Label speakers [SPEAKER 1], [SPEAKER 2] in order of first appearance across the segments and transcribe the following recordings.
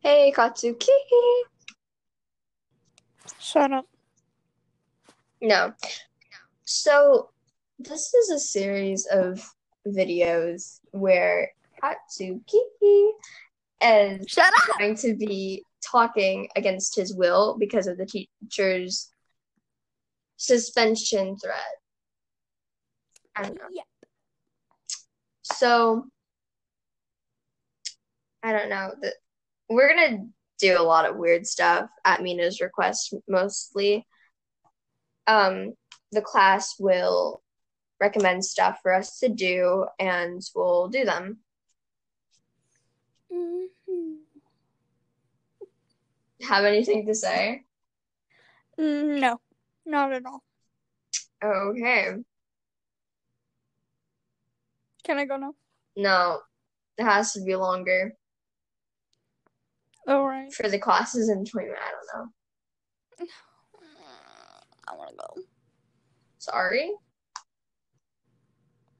[SPEAKER 1] Hey, got you. Kiki.
[SPEAKER 2] Shut up.
[SPEAKER 1] No. So, this is a series of videos where Hatsukiki is
[SPEAKER 2] Shut up.
[SPEAKER 1] going to be talking against his will because of the teacher's suspension threat. I don't know.
[SPEAKER 2] Yeah.
[SPEAKER 1] So, I don't know. The- We're going to do a lot of weird stuff at Mina's request mostly. Um, the class will recommend stuff for us to do and we'll do them.
[SPEAKER 2] hmm
[SPEAKER 1] Have anything to say?
[SPEAKER 2] No, not at all.
[SPEAKER 1] Okay.
[SPEAKER 2] Can I go now?
[SPEAKER 1] No, it has to be longer
[SPEAKER 2] All Oh, right.
[SPEAKER 1] for the classes in 20 minutes. I don't know.
[SPEAKER 2] I want to go.
[SPEAKER 1] Sorry.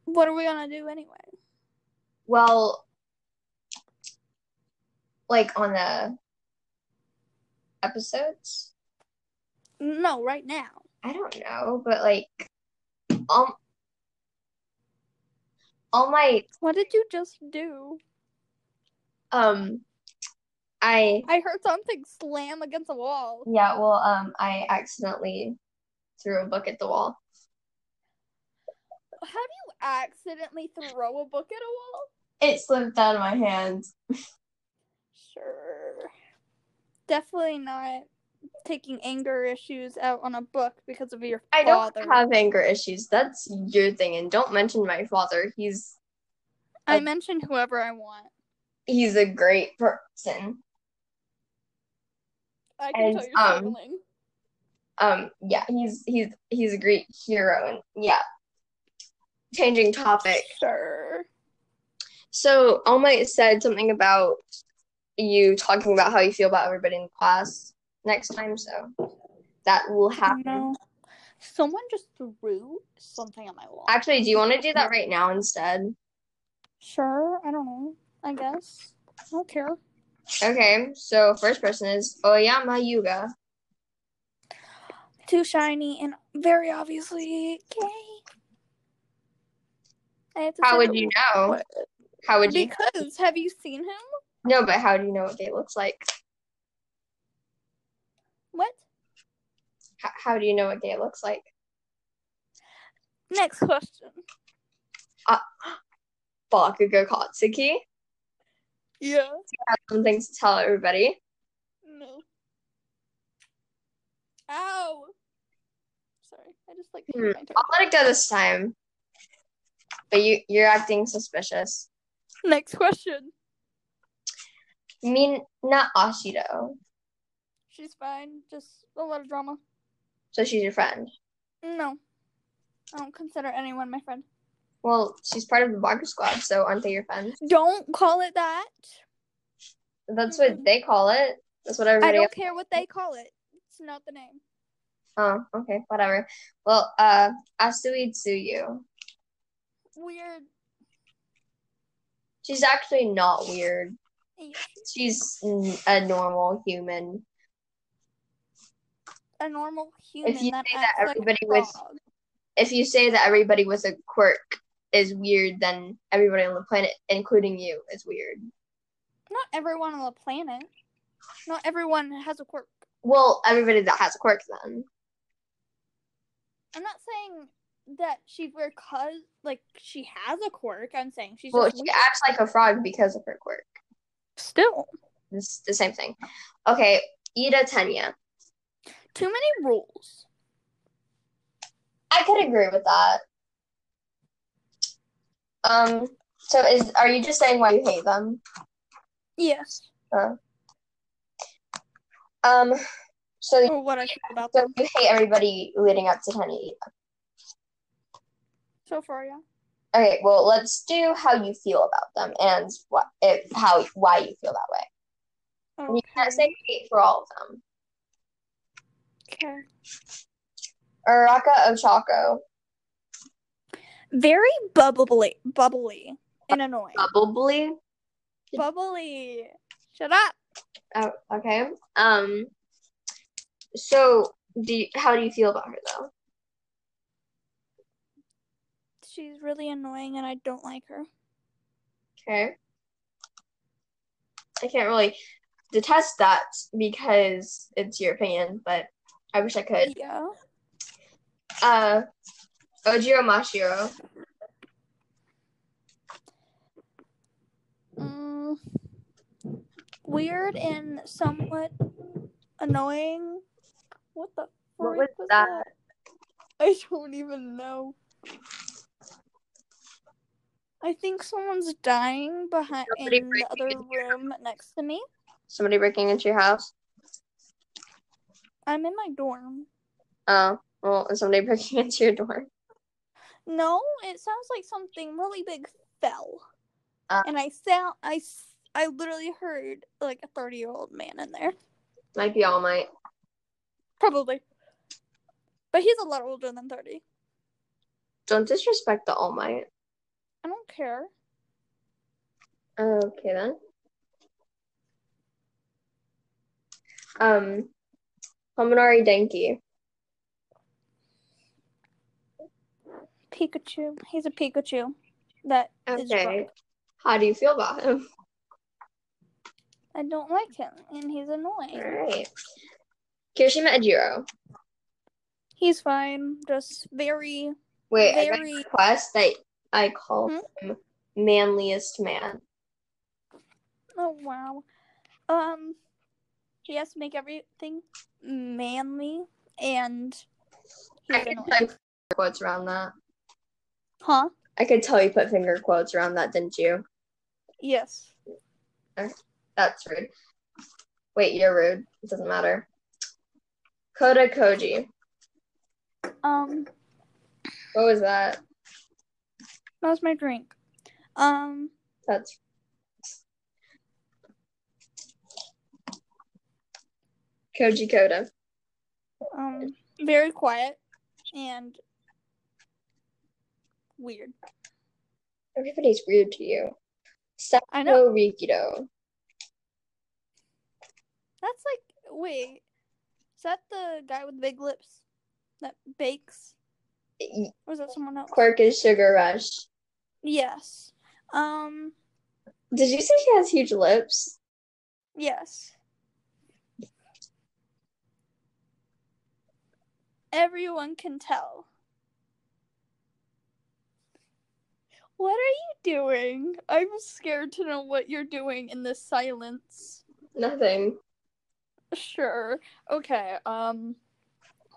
[SPEAKER 2] What are we gonna do anyway?
[SPEAKER 1] Well, like on the episodes?
[SPEAKER 2] No, right now.
[SPEAKER 1] I don't know, but like all, all my
[SPEAKER 2] What did you just do?
[SPEAKER 1] um I
[SPEAKER 2] I heard something slam against the wall.
[SPEAKER 1] yeah, well um I accidentally threw a book at the wall.
[SPEAKER 2] How do you accidentally throw a book at a wall?
[SPEAKER 1] It slipped out of my hands.
[SPEAKER 2] Sure. Definitely not taking anger issues out on a book because of your
[SPEAKER 1] I don't
[SPEAKER 2] father.
[SPEAKER 1] have anger issues. That's your thing, and don't mention my father. He's
[SPEAKER 2] I mention whoever I want.
[SPEAKER 1] he's a great person.
[SPEAKER 2] I can
[SPEAKER 1] And,
[SPEAKER 2] tell you're
[SPEAKER 1] um,
[SPEAKER 2] struggling.
[SPEAKER 1] Um, yeah, he's he's he's a great hero, and yeah. Changing topic.
[SPEAKER 2] Sure.
[SPEAKER 1] So All Might said something about you talking about how you feel about everybody in class next time, so that will happen.
[SPEAKER 2] No. Someone just threw something at my wall.
[SPEAKER 1] Actually, do you want to do that right now instead?
[SPEAKER 2] sure, I don't know. I guess. I don't care.
[SPEAKER 1] Okay, so first person is Oyama Yuga.
[SPEAKER 2] Too shiny and very obviously gay. I have to
[SPEAKER 1] How
[SPEAKER 2] say
[SPEAKER 1] would
[SPEAKER 2] the
[SPEAKER 1] you know?
[SPEAKER 2] word.
[SPEAKER 1] How would you
[SPEAKER 2] Because have you seen him?
[SPEAKER 1] No, but how do you know what gay looks like?
[SPEAKER 2] What?
[SPEAKER 1] H- how do you know what gay looks like?
[SPEAKER 2] Next question.
[SPEAKER 1] Bakugo Katsuki.
[SPEAKER 2] Yeah.
[SPEAKER 1] Have some things to tell everybody.
[SPEAKER 2] No. Ow. Sorry, I just like hit
[SPEAKER 1] Hmm.
[SPEAKER 2] my toe.
[SPEAKER 1] I'll let it go this time. But you you're acting suspicious.
[SPEAKER 2] Next question.
[SPEAKER 1] Mina Ashido.
[SPEAKER 2] She's fine. Just a lot of drama.
[SPEAKER 1] So she's your friend.
[SPEAKER 2] No. I don't consider anyone my friend.
[SPEAKER 1] Well, she's part of the Baku squad, so aren't they your friends?
[SPEAKER 2] Don't call it that.
[SPEAKER 1] That's what they call it. That's what everybody
[SPEAKER 2] I don't
[SPEAKER 1] else-
[SPEAKER 2] care what they call it. It's not the name.
[SPEAKER 1] Oh, okay, whatever. Well, uh Asui Tsuyu.
[SPEAKER 2] Weird.
[SPEAKER 1] She's actually not weird.
[SPEAKER 2] Yoshi.
[SPEAKER 1] She's n- a normal human.
[SPEAKER 2] A normal human.
[SPEAKER 1] you
[SPEAKER 2] that
[SPEAKER 1] say that
[SPEAKER 2] acts like a
[SPEAKER 1] everybody was-
[SPEAKER 2] frog.
[SPEAKER 1] if you say that everybody with a quirk is weird, then everybody on the planet, including you, is weird.
[SPEAKER 2] Not everyone on the planet. Not everyone has a quirk.
[SPEAKER 1] Well, everybody that has a quirk, then.
[SPEAKER 2] I'm not saying that she's weird because, like, she has a quirk. I'm saying she's
[SPEAKER 1] Well,
[SPEAKER 2] just
[SPEAKER 1] she
[SPEAKER 2] weird.
[SPEAKER 1] acts like a frog because of her quirk.
[SPEAKER 2] Still.
[SPEAKER 1] It's the same thing. Okay, Ida Tenya.
[SPEAKER 2] Too many rules.
[SPEAKER 1] I could agree with that. Um, so is are you just saying why you hate them?
[SPEAKER 2] Yes.
[SPEAKER 1] Um, so
[SPEAKER 2] Or Oh, what I feel about
[SPEAKER 1] so
[SPEAKER 2] them.
[SPEAKER 1] you hate everybody leading up to Tenya.
[SPEAKER 2] So far, yeah.
[SPEAKER 1] Okay, well, let's do how you feel about them and what if how how you feel that way. You can't
[SPEAKER 2] Okay.
[SPEAKER 1] say hate for all of them.
[SPEAKER 2] okay.
[SPEAKER 1] Araka Ochako.
[SPEAKER 2] Very bubbly. Bubbly. And annoying.
[SPEAKER 1] Probably.
[SPEAKER 2] Bubbly. Shut up.
[SPEAKER 1] Oh, okay. Um. So, do you, how do you feel about her though?
[SPEAKER 2] She's really annoying and I don't like her.
[SPEAKER 1] Okay. I can't really detest that because it's your opinion, but I wish I could.
[SPEAKER 2] Yeah.
[SPEAKER 1] Uh, Ojiro Mashiro.
[SPEAKER 2] Mm, weird and somewhat annoying. What the
[SPEAKER 1] What
[SPEAKER 2] frick
[SPEAKER 1] was that?
[SPEAKER 2] that? I don't even know. I think someone's dying behind
[SPEAKER 1] Somebody
[SPEAKER 2] in the other room next to me.
[SPEAKER 1] Somebody breaking into your house.
[SPEAKER 2] I'm in my dorm.
[SPEAKER 1] Oh, well, is somebody breaking into your door?
[SPEAKER 2] No, it sounds like something really big fell,
[SPEAKER 1] Uh.
[SPEAKER 2] and I sound I s- I literally heard like a thirty year old man in there,
[SPEAKER 1] Might be All Might.
[SPEAKER 2] probably, but he's a lot older than thirty.
[SPEAKER 1] Don't disrespect the All Might.
[SPEAKER 2] I don't care.
[SPEAKER 1] Okay then. Um, Hominari Denki.
[SPEAKER 2] Pikachu. He's a Pikachu. That is
[SPEAKER 1] Okay.
[SPEAKER 2] right.
[SPEAKER 1] How do you feel about him?
[SPEAKER 2] I don't like him, and he's
[SPEAKER 1] All
[SPEAKER 2] annoying.
[SPEAKER 1] right. Kirishima Ejiro.
[SPEAKER 2] He's fine, just very
[SPEAKER 1] Wait, I got a
[SPEAKER 2] Very- Hmm?
[SPEAKER 1] request that I call him manliest man.
[SPEAKER 2] oh wow. Um, he has to make everything manly, and
[SPEAKER 1] I
[SPEAKER 2] he's
[SPEAKER 1] could
[SPEAKER 2] annoying.
[SPEAKER 1] put finger quotes around that.
[SPEAKER 2] Huh?
[SPEAKER 1] I could tell you put finger quotes around that, didn't you?
[SPEAKER 2] Yes.
[SPEAKER 1] That's rude. Wait, you're rude. It doesn't matter. Koda Koji.
[SPEAKER 2] Um,
[SPEAKER 1] What was that?
[SPEAKER 2] that was my drink. Um,
[SPEAKER 1] That's Koji Koda.
[SPEAKER 2] um, very quiet and weird.
[SPEAKER 1] Everybody's weird to you. Sato
[SPEAKER 2] I know.
[SPEAKER 1] Rikido.
[SPEAKER 2] That's like wait, is that the guy with big lips that bakes? Or is that someone else?
[SPEAKER 1] Quirk is Sugar Rush.
[SPEAKER 2] Yes. Um.
[SPEAKER 1] Did you say she has huge lips?
[SPEAKER 2] Yes. Everyone can tell. What are you doing? I'm scared to know what you're doing in this silence.
[SPEAKER 1] Nothing.
[SPEAKER 2] Sure. Okay. Um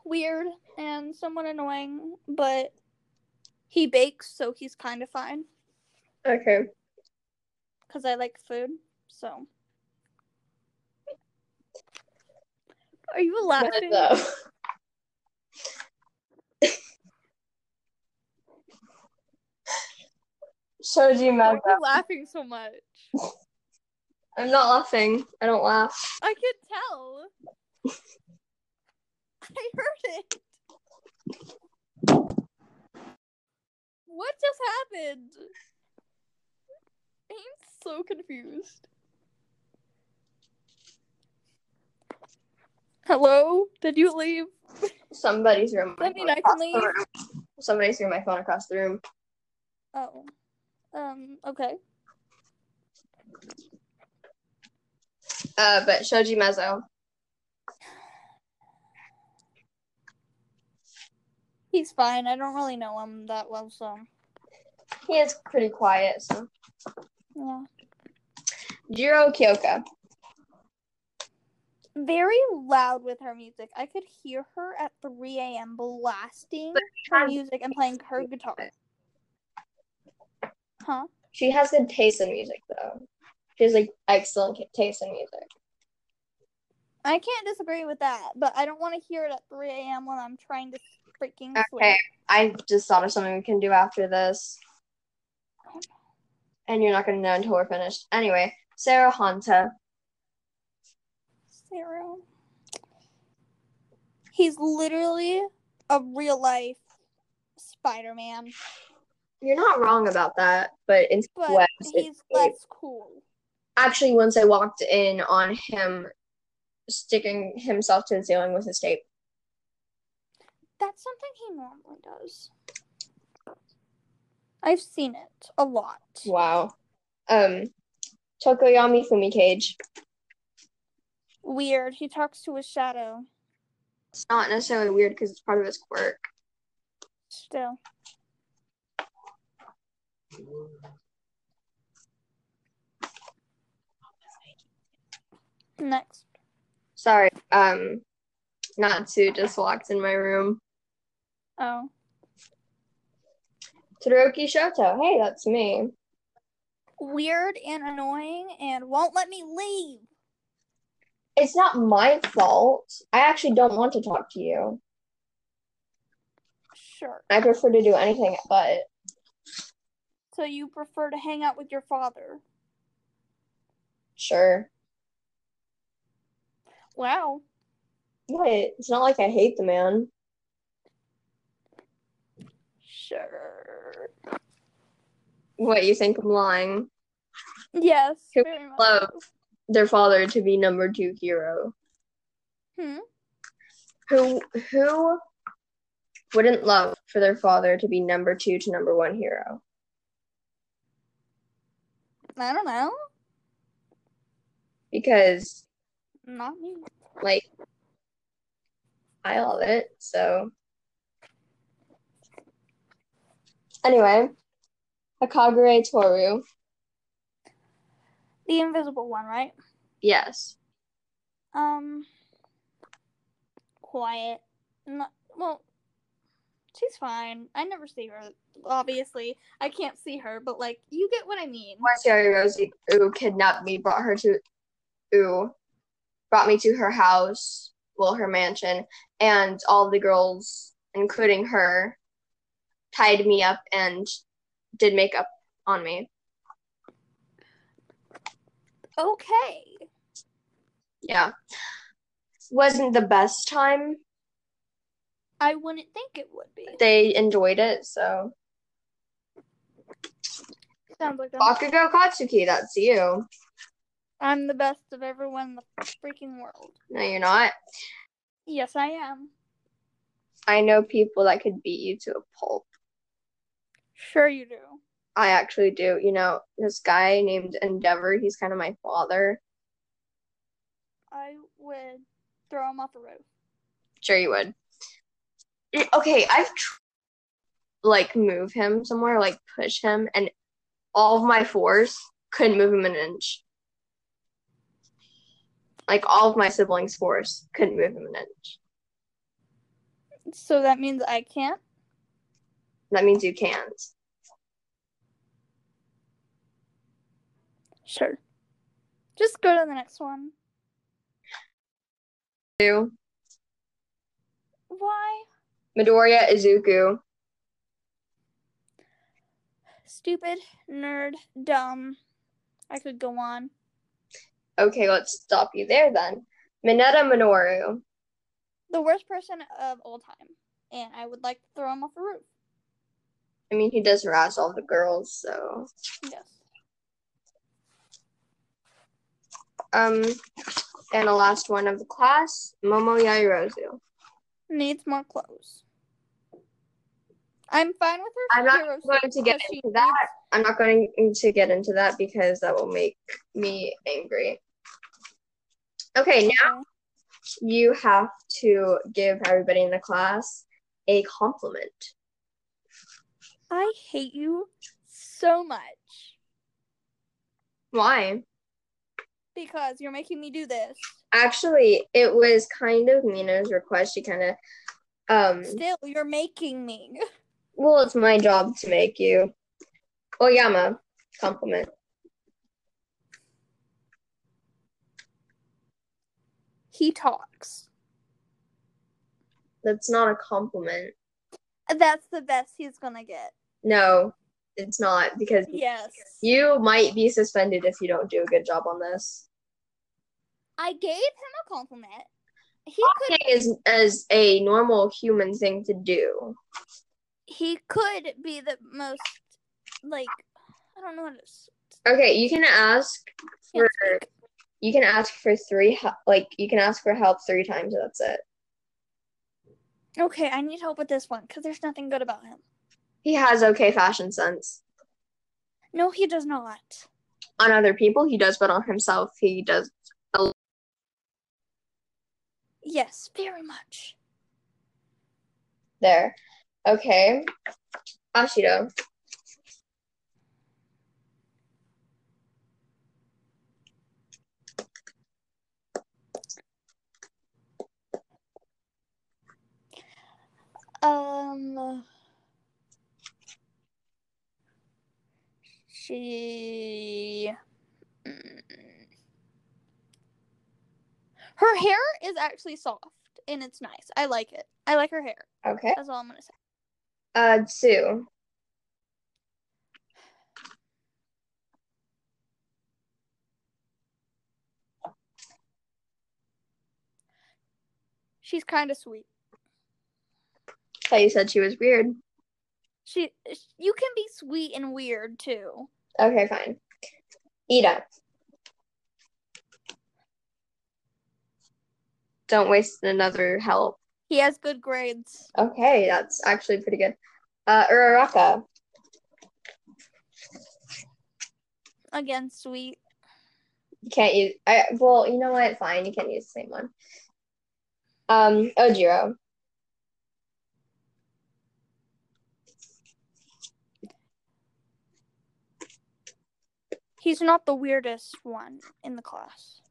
[SPEAKER 2] weird and somewhat annoying, but he bakes, so he's kind of fine
[SPEAKER 1] Okay.
[SPEAKER 2] cuz I like food. So Are you laughing?
[SPEAKER 1] though. Shoji
[SPEAKER 2] Why are
[SPEAKER 1] Meza.
[SPEAKER 2] you laughing so much?
[SPEAKER 1] I'm not laughing. I don't laugh.
[SPEAKER 2] I could tell. I heard it. What just happened? I'm so confused. Hello? Did you leave?
[SPEAKER 1] Somebody threw my
[SPEAKER 2] I mean,
[SPEAKER 1] phone
[SPEAKER 2] I
[SPEAKER 1] across
[SPEAKER 2] can
[SPEAKER 1] the
[SPEAKER 2] leave.
[SPEAKER 1] room. Somebody threw my phone across the room.
[SPEAKER 2] Oh. Um, okay.
[SPEAKER 1] Uh, but Shoji Mezzo.
[SPEAKER 2] He's fine. I don't really know him that well, so.
[SPEAKER 1] He is pretty quiet. So.
[SPEAKER 2] Yeah.
[SPEAKER 1] Jiro Kyoka.
[SPEAKER 2] Very loud with her music. I could hear her at 3 a.m. blasting. her music and playing her guitar. Huh?
[SPEAKER 1] She has good taste in music, though. She has like excellent taste in music.
[SPEAKER 2] I can't disagree with that, but I don't want to hear it at 3 a.m. when I'm trying to freaking
[SPEAKER 1] Okay,
[SPEAKER 2] sleep.
[SPEAKER 1] I just thought of something we can do after this. And you're not going to know until we're finished. Anyway, Sarah Honta.
[SPEAKER 2] Sarah. He's literally a real life Spider Man,
[SPEAKER 1] You're not wrong about that, but in
[SPEAKER 2] but
[SPEAKER 1] West, it's
[SPEAKER 2] he's less cool.
[SPEAKER 1] actually once I walked in on him sticking himself to the ceiling with his tape.
[SPEAKER 2] That's something he normally does. I've seen it a lot.
[SPEAKER 1] Wow. Um Tokoyami Fumi Cage.
[SPEAKER 2] Weird. He talks to his shadow
[SPEAKER 1] It's not necessarily weird because it's part of his quirk.
[SPEAKER 2] still. Next.
[SPEAKER 1] Sorry, um Natsu just walked in my room.
[SPEAKER 2] Oh.
[SPEAKER 1] Todoroki Shoto, hey, that's me.
[SPEAKER 2] Weird and annoying and won't let me leave.
[SPEAKER 1] It's not my fault. I actually don't want to talk to you.
[SPEAKER 2] Sure.
[SPEAKER 1] I prefer to do anything but
[SPEAKER 2] So you prefer to hang out with your father?
[SPEAKER 1] sure.
[SPEAKER 2] Wow.
[SPEAKER 1] But it's not like I hate the man.
[SPEAKER 2] Sure.
[SPEAKER 1] What you think I'm lying?
[SPEAKER 2] Yes.
[SPEAKER 1] Who-
[SPEAKER 2] Very much.
[SPEAKER 1] Love their father to be number two hero.
[SPEAKER 2] Hmm?
[SPEAKER 1] Who who wouldn't love for their father to be number two to number one hero?
[SPEAKER 2] I don't know.
[SPEAKER 1] Because
[SPEAKER 2] Not me.
[SPEAKER 1] like I love it, so anyway. Akagure Toru.
[SPEAKER 2] The invisible one, right?
[SPEAKER 1] Yes.
[SPEAKER 2] Um, quiet. Not, well, she's fine. I never see her, obviously. I can't see her, but like, you get what I mean.
[SPEAKER 1] Once Yari Rosie ooh kidnapped me, brought her to ooh brought me to her house, well her mansion, and all the girls, including her, tied me up and did makeup on me.
[SPEAKER 2] Okay.
[SPEAKER 1] Yeah. Wasn't the best time.
[SPEAKER 2] I wouldn't think it would be.
[SPEAKER 1] They enjoyed it, so
[SPEAKER 2] Sounds like I'm,
[SPEAKER 1] Bakugo Katsuki, that's you.
[SPEAKER 2] I'm the best of everyone in the freaking world.
[SPEAKER 1] No, you're not.
[SPEAKER 2] Yes, I am.
[SPEAKER 1] I know people that could beat you to a pulp.
[SPEAKER 2] Sure, you do.
[SPEAKER 1] I actually do. You know, this guy named Endeavor, he's kind of my father.
[SPEAKER 2] I would throw him off a roof.
[SPEAKER 1] Sure, you would. Mm, Okay, I've tr- like move him somewhere, like push him, and all of my force couldn't move him an inch. Like all of my siblings' force couldn't move him an inch.
[SPEAKER 2] So that means I can't?
[SPEAKER 1] That means you can't.
[SPEAKER 2] Sure. Just go to the next one.
[SPEAKER 1] Do
[SPEAKER 2] Why?
[SPEAKER 1] Midoriya Izuku.
[SPEAKER 2] Stupid, nerd, dumb. I could go on.
[SPEAKER 1] Okay, let's stop you there then. Mineta Minoru.
[SPEAKER 2] the worst person of all time, and I would like to throw him off a roof.
[SPEAKER 1] I mean, he does harass all the girls, so
[SPEAKER 2] Yes.
[SPEAKER 1] um. And the last one of the class, Momo Yairozu.
[SPEAKER 2] Needs more clothes. I'm fine with her.
[SPEAKER 1] I'm not
[SPEAKER 2] heroes
[SPEAKER 1] going to get
[SPEAKER 2] because she
[SPEAKER 1] into that.
[SPEAKER 2] needs-
[SPEAKER 1] I'm not going to get into that because that will make me angry. Okay, now
[SPEAKER 2] Okay.
[SPEAKER 1] you have to give everybody in the class a compliment.
[SPEAKER 2] I hate you so much
[SPEAKER 1] Why?
[SPEAKER 2] because you're making me do this.
[SPEAKER 1] Actually, it was kind of Mina's request. She kind of, um,
[SPEAKER 2] Still, you're making me.
[SPEAKER 1] well, it's my job to make you. Oh, Oyama, compliment.
[SPEAKER 2] He talks.
[SPEAKER 1] That's not a compliment.
[SPEAKER 2] That's the best he's gonna get.
[SPEAKER 1] No, it's not because
[SPEAKER 2] Yes.
[SPEAKER 1] you might be suspended if you don't do a good job on this.
[SPEAKER 2] I gave him a compliment. He could
[SPEAKER 1] thing is as a normal human thing to do.
[SPEAKER 2] he could be the most like I don't know what it's
[SPEAKER 1] Okay, you can ask for you can ask for three hel- like you can ask for help three times. and That's it.
[SPEAKER 2] Okay, I need help with this one because there's nothing good about him.
[SPEAKER 1] He has okay fashion sense
[SPEAKER 2] No, he does not.
[SPEAKER 1] on other people. He does, but on himself, he does.
[SPEAKER 2] Yes, very much.
[SPEAKER 1] There. Okay. Ashido.
[SPEAKER 2] Um. She. Mm. Her hair is actually soft and it's nice. I like it. I like her hair.
[SPEAKER 1] Okay.
[SPEAKER 2] That's all I'm gonna say.
[SPEAKER 1] Uh, Sue.
[SPEAKER 2] She's kind of sweet.
[SPEAKER 1] Thought you said she was weird.
[SPEAKER 2] She. You can be sweet and weird too.
[SPEAKER 1] Okay, fine. Ida. Don't waste another help.
[SPEAKER 2] He has good grades.
[SPEAKER 1] Okay, that's actually pretty good. Uh, Uraraka.
[SPEAKER 2] Again, sweet.
[SPEAKER 1] You can't use. I well, you know what? Fine, you can't use the same one. Um, Ojiro.
[SPEAKER 2] He's not the weirdest one in the class.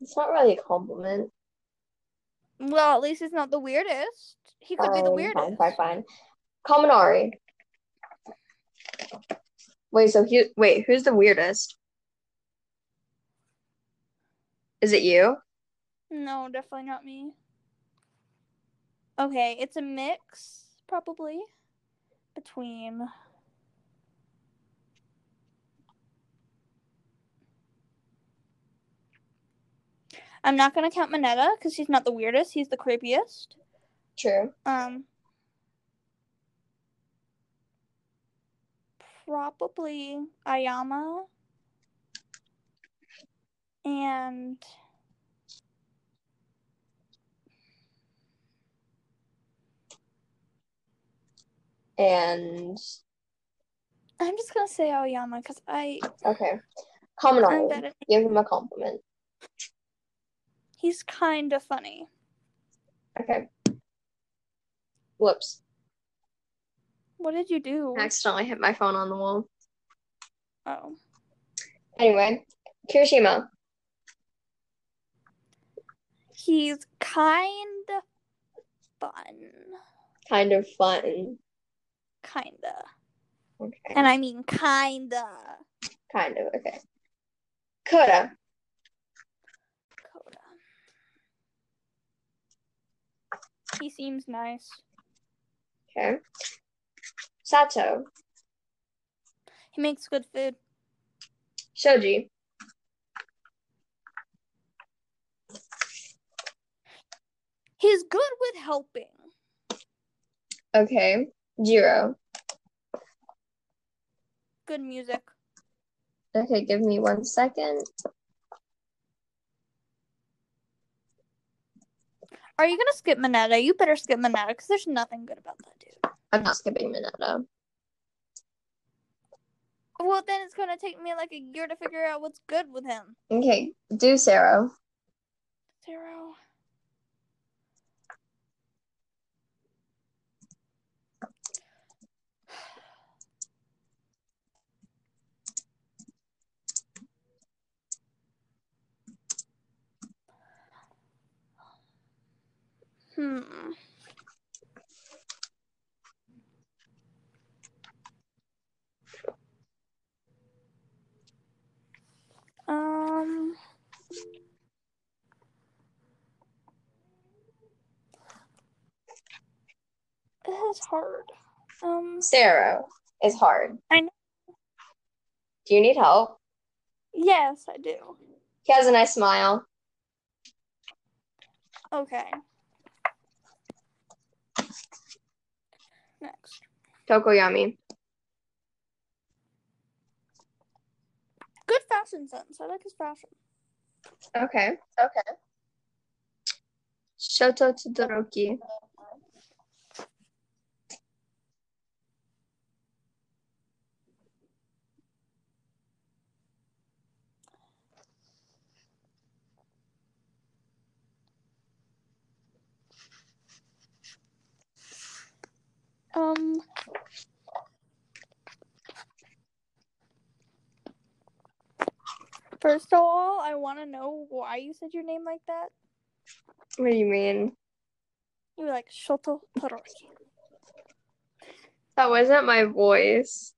[SPEAKER 1] It's not really a compliment.
[SPEAKER 2] Well, at least he's not the weirdest. He could be
[SPEAKER 1] Um,
[SPEAKER 2] the
[SPEAKER 1] Fine,
[SPEAKER 2] weirdest.
[SPEAKER 1] Fine, fine, fine. Kaminari. Wait, so he wait, who's the weirdest? Is it you?
[SPEAKER 2] No, definitely not me. Okay, it's a mix, probably, between. I'm not gonna count Mineta because he's not the weirdest. He's the creepiest.
[SPEAKER 1] True.
[SPEAKER 2] Um. Probably Ayama. And
[SPEAKER 1] And
[SPEAKER 2] I'm just gonna say Aoyama because I
[SPEAKER 1] okay.
[SPEAKER 2] I'm
[SPEAKER 1] Kaminari.
[SPEAKER 2] bad at
[SPEAKER 1] Give him a compliment.
[SPEAKER 2] he's kind of funny.
[SPEAKER 1] Okay. Whoops.
[SPEAKER 2] What did you do?
[SPEAKER 1] I accidentally hit my phone on the wall.
[SPEAKER 2] Oh,
[SPEAKER 1] Anyway, Kirishima.
[SPEAKER 2] he's kind of fun,
[SPEAKER 1] Kind of fun.
[SPEAKER 2] kinda,
[SPEAKER 1] Okay.
[SPEAKER 2] and I mean kinda.
[SPEAKER 1] Kind of. Okay. Koda.
[SPEAKER 2] Coda. He seems nice.
[SPEAKER 1] Okay. Sato.
[SPEAKER 2] He makes good food.
[SPEAKER 1] Shoji.
[SPEAKER 2] He's good with helping.
[SPEAKER 1] Okay. Jiro.
[SPEAKER 2] Good music.
[SPEAKER 1] Okay, give me one second.
[SPEAKER 2] Are you gonna skip Mineta? You better skip Mineta because there's nothing good about that dude.
[SPEAKER 1] I'm not skipping Mineta.
[SPEAKER 2] Well, then it's gonna take me like a year to figure out what's good with him.
[SPEAKER 1] Okay, do Sarah.
[SPEAKER 2] Zero. Hmm. Um. This is hard. Um,
[SPEAKER 1] Sarah is hard.
[SPEAKER 2] I know.
[SPEAKER 1] Do you need help?
[SPEAKER 2] yes, I do.
[SPEAKER 1] He has a nice smile.
[SPEAKER 2] Okay. Next.
[SPEAKER 1] Tokoyami.
[SPEAKER 2] good fashion sense. I like his fashion.
[SPEAKER 1] Okay.
[SPEAKER 3] Okay.
[SPEAKER 1] Shoto Todoroki.
[SPEAKER 2] Um. First of all, I want to know why you said your name like that.
[SPEAKER 1] What do you mean?
[SPEAKER 2] You were like Shoto Todoroki.
[SPEAKER 1] That wasn't my voice.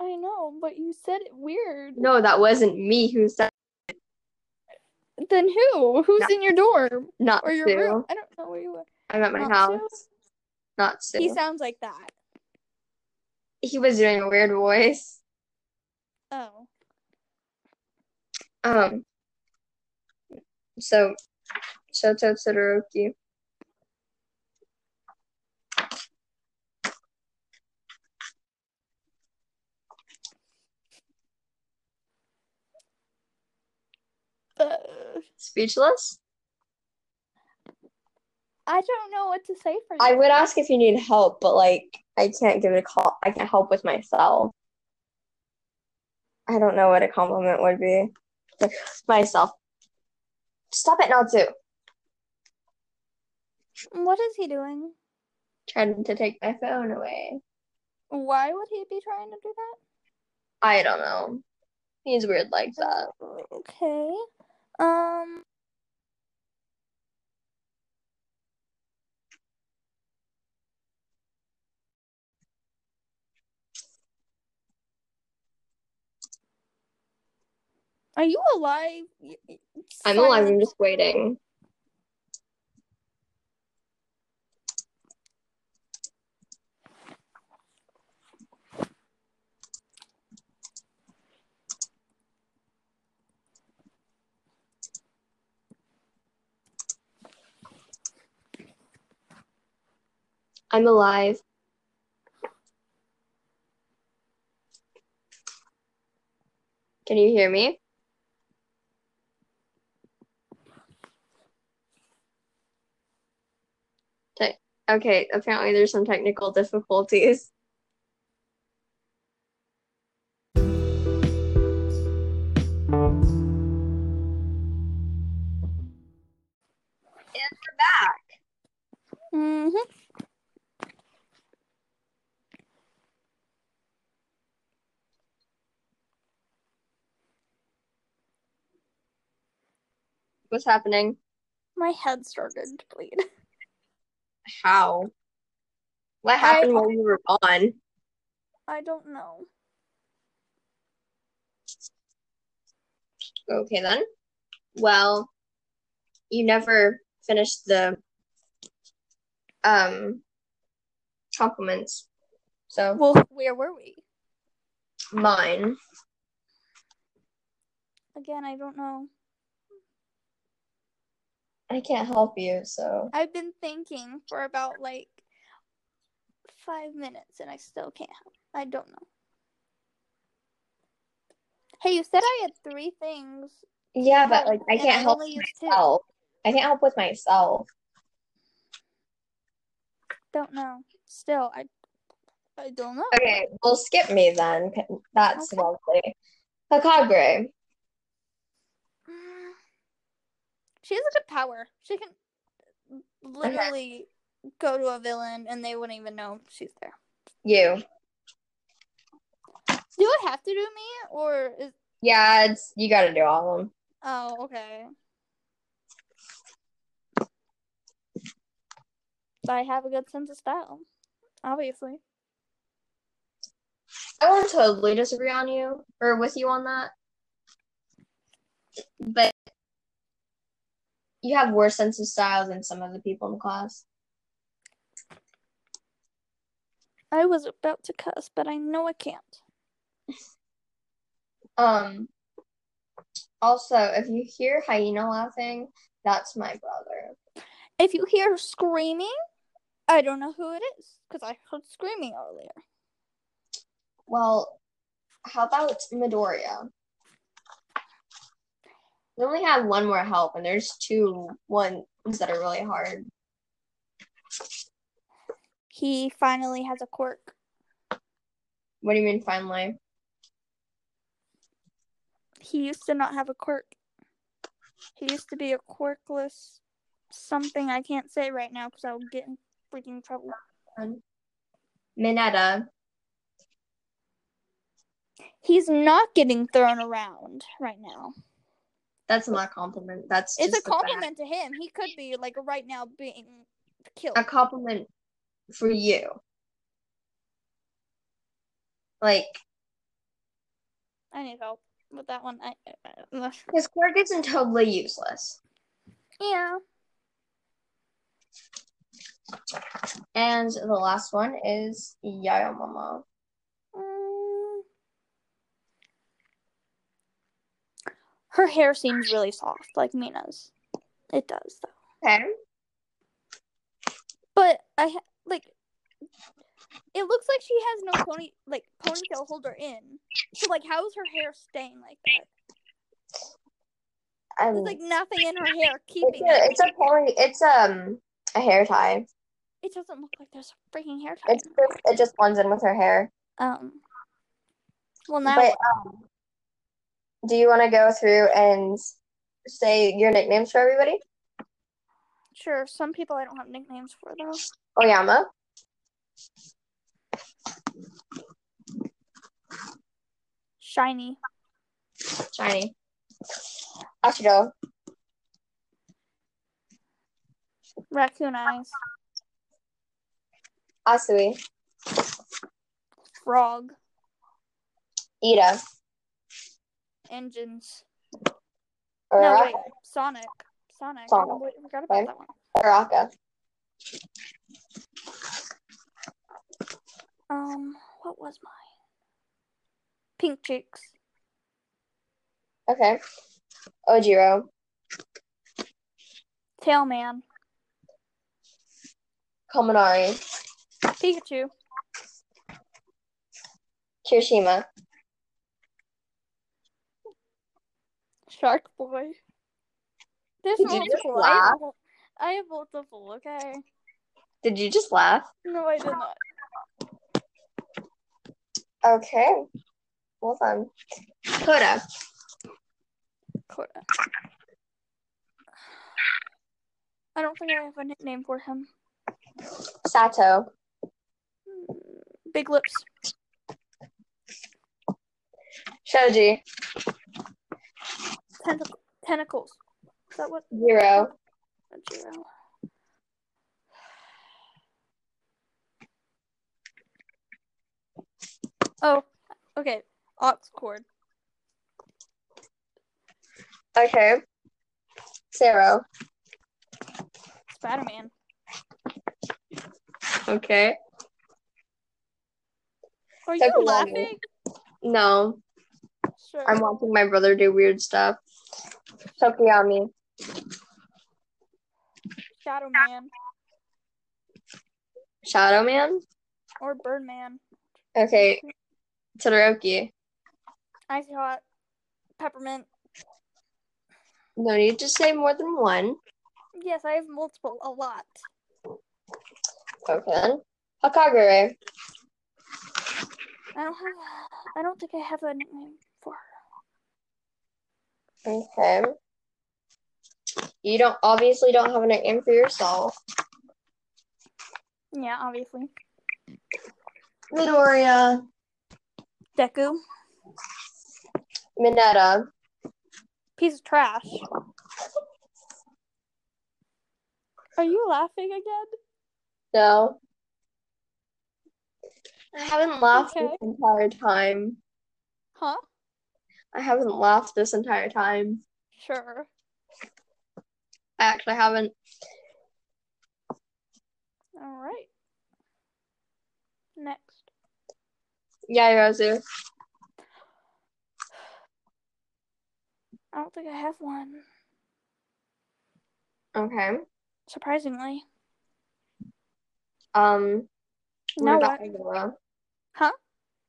[SPEAKER 2] I know, but you said it weird.
[SPEAKER 1] No, that wasn't me who said
[SPEAKER 2] Then who? Who's in your dorm
[SPEAKER 1] not
[SPEAKER 2] or your room?
[SPEAKER 1] Sue.
[SPEAKER 2] I don't know where you are.
[SPEAKER 1] I'm at my
[SPEAKER 2] Not Sue?
[SPEAKER 1] house. Not Sue.
[SPEAKER 2] He sounds like that.
[SPEAKER 1] he was doing a weird voice.
[SPEAKER 2] Oh.
[SPEAKER 1] Um. So, Shoto Todoroki.
[SPEAKER 2] Uh,
[SPEAKER 1] Speechless?
[SPEAKER 2] I don't know what to say for that.
[SPEAKER 1] I would ask if you need help, but like I can't give it a call. I can't help with myself. I don't know what a compliment would be. Like myself. Stop it, Natsu.
[SPEAKER 2] What is he doing?
[SPEAKER 1] Trying to take my phone away.
[SPEAKER 2] Why would he be trying to do that?
[SPEAKER 1] I don't know. He's weird like that.
[SPEAKER 2] Okay. Um. Are you alive? Y- y-
[SPEAKER 1] I'm alive. I'm
[SPEAKER 2] silence.
[SPEAKER 1] just waiting. I'm alive. Can you hear me? Te- Okay, apparently there's some technical difficulties.
[SPEAKER 2] Mhm.
[SPEAKER 1] What's happening?
[SPEAKER 2] My head started to bleed.
[SPEAKER 1] How? What happened while you were gone?
[SPEAKER 2] I don't know.
[SPEAKER 1] Okay then. Well, you never finished the um compliments. So
[SPEAKER 2] Well, where were we?
[SPEAKER 1] mine.
[SPEAKER 2] Again, I don't know.
[SPEAKER 1] I can't help you, so
[SPEAKER 2] I've been thinking for about like five minutes and I still can't help. I don't know. Hey, you said I had three things.
[SPEAKER 1] yeah, but like I
[SPEAKER 2] and
[SPEAKER 1] can't help
[SPEAKER 2] only used two.
[SPEAKER 1] myself. I can't help with myself.
[SPEAKER 2] Don't know. Still, I I don't know.
[SPEAKER 1] Okay, well skip me then. That's
[SPEAKER 2] Okay.
[SPEAKER 1] lovely. Hakagre.
[SPEAKER 2] She has a good power. She can literally go to a villain and they wouldn't even know she's there.
[SPEAKER 1] You.
[SPEAKER 2] Do I have to do me or is
[SPEAKER 1] Yeah, it's you gotta do all of them.
[SPEAKER 2] Oh, okay. I have a good sense of style, obviously.
[SPEAKER 1] I won't totally disagree on you or with you on that. But you have worse sense of style than some of the people in the class.
[SPEAKER 2] I was about to cuss, but I know I can't.
[SPEAKER 1] Um also if you hear hyena laughing, that's my brother.
[SPEAKER 2] If you hear screaming, I don't know who it is because I heard screaming earlier.
[SPEAKER 1] Well, how about Midoriya? We only have one more help, and there's two ones that are really hard.
[SPEAKER 2] He finally has a quirk.
[SPEAKER 1] What do you mean, finally?
[SPEAKER 2] He used to not have a quirk. He used to be a quirkless something I can't say right now because I will get in freaking trouble.
[SPEAKER 1] Minetta.
[SPEAKER 2] He's not getting thrown around right now.
[SPEAKER 1] That's not a compliment. That's
[SPEAKER 2] It's
[SPEAKER 1] just
[SPEAKER 2] a
[SPEAKER 1] the fact.
[SPEAKER 2] compliment to him. He could be like right now being killed.
[SPEAKER 1] A compliment for you. Like
[SPEAKER 2] I need help with that one. I, uh, I-
[SPEAKER 1] his quirk isn't totally useless.
[SPEAKER 2] yeah.
[SPEAKER 1] And the last one is Yayo Mama.
[SPEAKER 2] Mm. Her hair seems really soft, like Mina's. It does, though.
[SPEAKER 1] Okay.
[SPEAKER 2] But I ha- like. It looks like she has no pony, like ponytail holder in. So like, how is her hair staying like that?
[SPEAKER 1] Um,
[SPEAKER 2] There's like nothing in her hair
[SPEAKER 1] it's
[SPEAKER 2] keeping
[SPEAKER 1] a
[SPEAKER 2] it.
[SPEAKER 1] it's a poly, it's um a hair tie.
[SPEAKER 2] It doesn't look like there's a freaking hair tie.
[SPEAKER 1] It's
[SPEAKER 2] in her
[SPEAKER 1] just, it just blends in with her hair.
[SPEAKER 2] hair. Um. Well, now
[SPEAKER 1] But um, do you want to go through and say your nicknames for everybody?
[SPEAKER 2] sure. Some people I don't have nicknames for though.
[SPEAKER 1] Oyama,
[SPEAKER 2] Shiny,
[SPEAKER 1] shiny. Ashido,
[SPEAKER 2] raccoon eyes,
[SPEAKER 1] Asui,
[SPEAKER 2] frog,
[SPEAKER 1] Ida,
[SPEAKER 2] engines. No,
[SPEAKER 1] Uraka,
[SPEAKER 2] wait, Sonic. Sonic. I
[SPEAKER 1] Sonic.
[SPEAKER 2] completely forgot
[SPEAKER 1] Okay.
[SPEAKER 2] about that one.
[SPEAKER 1] Uraka.
[SPEAKER 2] Um, what was mine? Pink Cheeks,
[SPEAKER 1] Okay. Ojiro,
[SPEAKER 2] Tailman,
[SPEAKER 1] Komonari,
[SPEAKER 2] Pikachu,
[SPEAKER 1] Kirishima,
[SPEAKER 2] Shark Boy. There's
[SPEAKER 1] Did you just
[SPEAKER 2] multiple. I
[SPEAKER 1] laugh?
[SPEAKER 2] have, mul- I have multiple, okay?
[SPEAKER 1] Did you just laugh?
[SPEAKER 2] No, I did not.
[SPEAKER 1] Okay. Well done. Coda.
[SPEAKER 2] Coda. I don't think I have a nickname for him.
[SPEAKER 1] Sato.
[SPEAKER 2] Mm, Big Lips,
[SPEAKER 1] Shoji.
[SPEAKER 2] tentac- Tentacles. Is that what?
[SPEAKER 1] Zero.
[SPEAKER 2] a zero? Oh, okay. Oxcord.
[SPEAKER 1] Okay. Zero.
[SPEAKER 2] Spider Man.
[SPEAKER 1] Okay.
[SPEAKER 2] Are you
[SPEAKER 1] That's a lot.
[SPEAKER 2] laughing?
[SPEAKER 1] No.
[SPEAKER 2] Sure.
[SPEAKER 1] I'm watching my brother do weird stuff. Tokuyami.
[SPEAKER 2] Shadow Man
[SPEAKER 1] Shadow Man.
[SPEAKER 2] or Birdman.
[SPEAKER 1] Okay. Todoroki.
[SPEAKER 2] Icy Hot. Peppermint.
[SPEAKER 1] No need to say more than one.
[SPEAKER 2] Yes, I have multiple. A lot.
[SPEAKER 1] Okay. Hakagure.
[SPEAKER 2] I don't have. I don't think I have a nickname for her.
[SPEAKER 1] Okay. You don't obviously don't have a nickname for yourself.
[SPEAKER 2] Yeah, obviously.
[SPEAKER 1] Midoriya.
[SPEAKER 2] Deku.
[SPEAKER 1] Minetta.
[SPEAKER 2] Piece of trash. Are you laughing again?
[SPEAKER 1] No. I haven't laughed
[SPEAKER 2] Okay.
[SPEAKER 1] this entire time.
[SPEAKER 2] Huh?
[SPEAKER 1] I haven't laughed this entire time.
[SPEAKER 2] Sure.
[SPEAKER 1] I actually haven't.
[SPEAKER 2] All right. Next.
[SPEAKER 1] Yairozu.
[SPEAKER 2] I don't think I have one.
[SPEAKER 1] Okay.
[SPEAKER 2] Surprisingly.
[SPEAKER 1] Um. What
[SPEAKER 2] No.
[SPEAKER 1] about
[SPEAKER 2] I-
[SPEAKER 1] Aizawa?
[SPEAKER 2] Huh?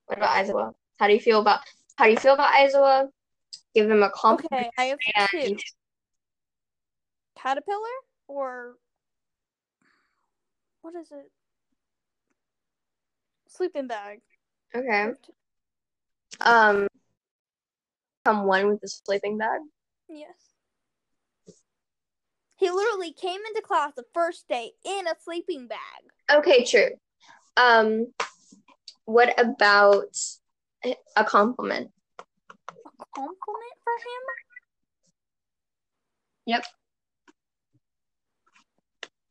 [SPEAKER 1] What about Aizawa? How do you feel about How do you feel about Aizawa? give him a compliment.
[SPEAKER 2] Okay, I have two.
[SPEAKER 1] and-
[SPEAKER 2] Caterpillar or what is it? Sleeping bag.
[SPEAKER 1] Okay. Um, come one with the sleeping bag.
[SPEAKER 2] Yes. He literally came into class the first day in a sleeping bag.
[SPEAKER 1] Okay, true. Um, what about a compliment?
[SPEAKER 2] A compliment for him?
[SPEAKER 1] Yep.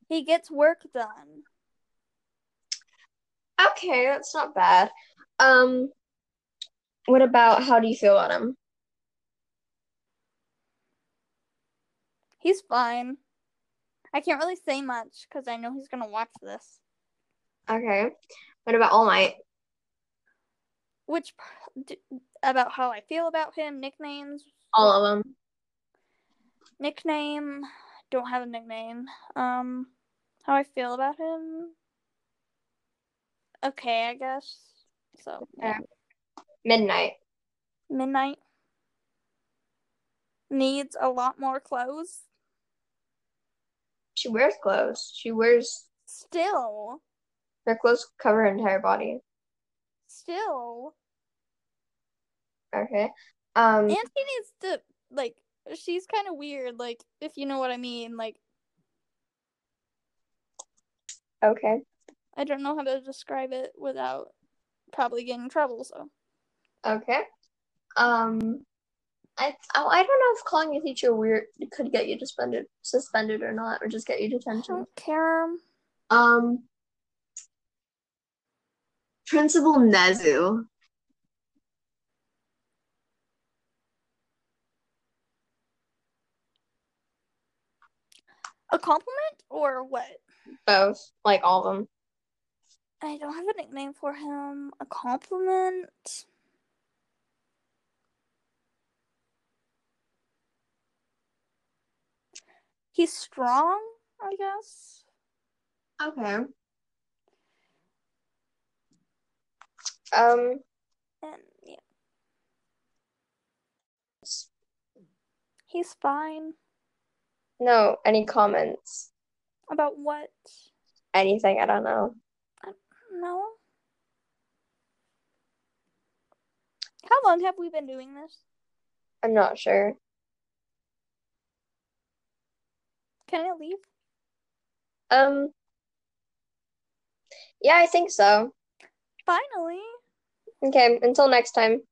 [SPEAKER 2] He gets work done.
[SPEAKER 1] Okay, that's not bad. Um, what about how do you feel about him?
[SPEAKER 2] He's fine. I can't really say much because I know he's going to watch this.
[SPEAKER 1] Okay. What about All Might?
[SPEAKER 2] Which, p- d- about how I feel about him, nicknames,
[SPEAKER 1] All of them.
[SPEAKER 2] nickname, don't have a nickname. Um, how I feel about him. Okay, I guess. So, yeah.
[SPEAKER 1] Midnight.
[SPEAKER 2] Midnight needs a lot more clothes.
[SPEAKER 1] She wears clothes. She wears
[SPEAKER 2] Still,
[SPEAKER 1] her clothes cover her entire body.
[SPEAKER 2] still,
[SPEAKER 1] Okay. Um,
[SPEAKER 2] and he needs to like. She's kind of weird, like if you know what I mean. Like
[SPEAKER 1] okay.
[SPEAKER 2] I don't know how to describe it without probably getting in trouble. So
[SPEAKER 1] Okay. Um, I oh, I don't know if calling your teacher weird could get you suspended, suspended or not, or just get you
[SPEAKER 2] I
[SPEAKER 1] detention.
[SPEAKER 2] don't care.
[SPEAKER 1] Um, Principal Nezu.
[SPEAKER 2] A compliment or what?
[SPEAKER 1] Both, like all of them.
[SPEAKER 2] I don't have a nickname for him. A compliment. He's strong, I guess.
[SPEAKER 1] Okay. Um,
[SPEAKER 2] And yeah. He's fine.
[SPEAKER 1] no, any comments?
[SPEAKER 2] About what?
[SPEAKER 1] Anything? I don't know.
[SPEAKER 2] No. How long have we been doing this?
[SPEAKER 1] I'm not sure.
[SPEAKER 2] Can I leave?
[SPEAKER 1] Um, yeah, I think so.
[SPEAKER 2] Finally.
[SPEAKER 1] Okay, until next time.